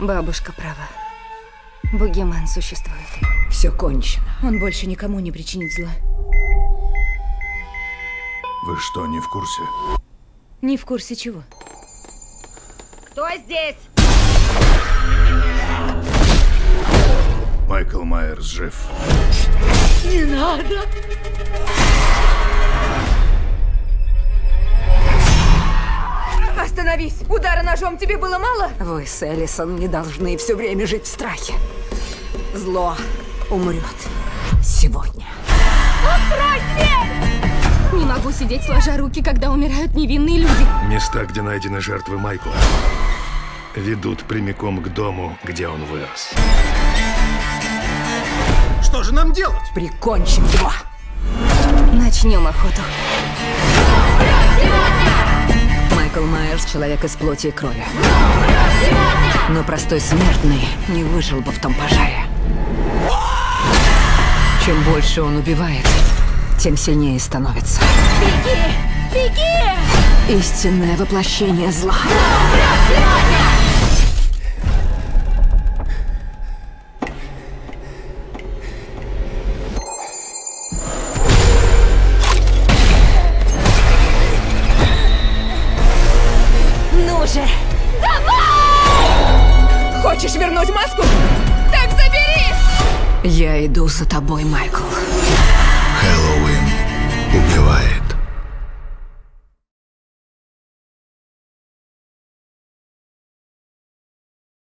Бабушка права. Бугеман существует. Все кончено. Он больше никому не причинит зла. Вы что, не в курсе? Не в курсе чего. Кто здесь? Майкл Майерс жив. Не надо. Остановись! Удара ножом тебе было мало? Вы с Эллисон не должны все время жить в страхе. Зло умрет. Сегодня. Не могу сидеть сложа руки, когда умирают невинные люди. Места, где найдены жертвы Майкла, ведут прямиком к дому, где он вырос. Что же нам делать? Прикончим его. Начнем охоту. Майкл Майерс — человек из плоти и крови. Но простой смертный не выжил бы в том пожаре. Чем больше он убивает, тем сильнее становится. Беги! Беги! Истинное воплощение зла. Ну же! Давай! Хочешь вернуть маску? Так забери! Я иду за тобой, Майкл.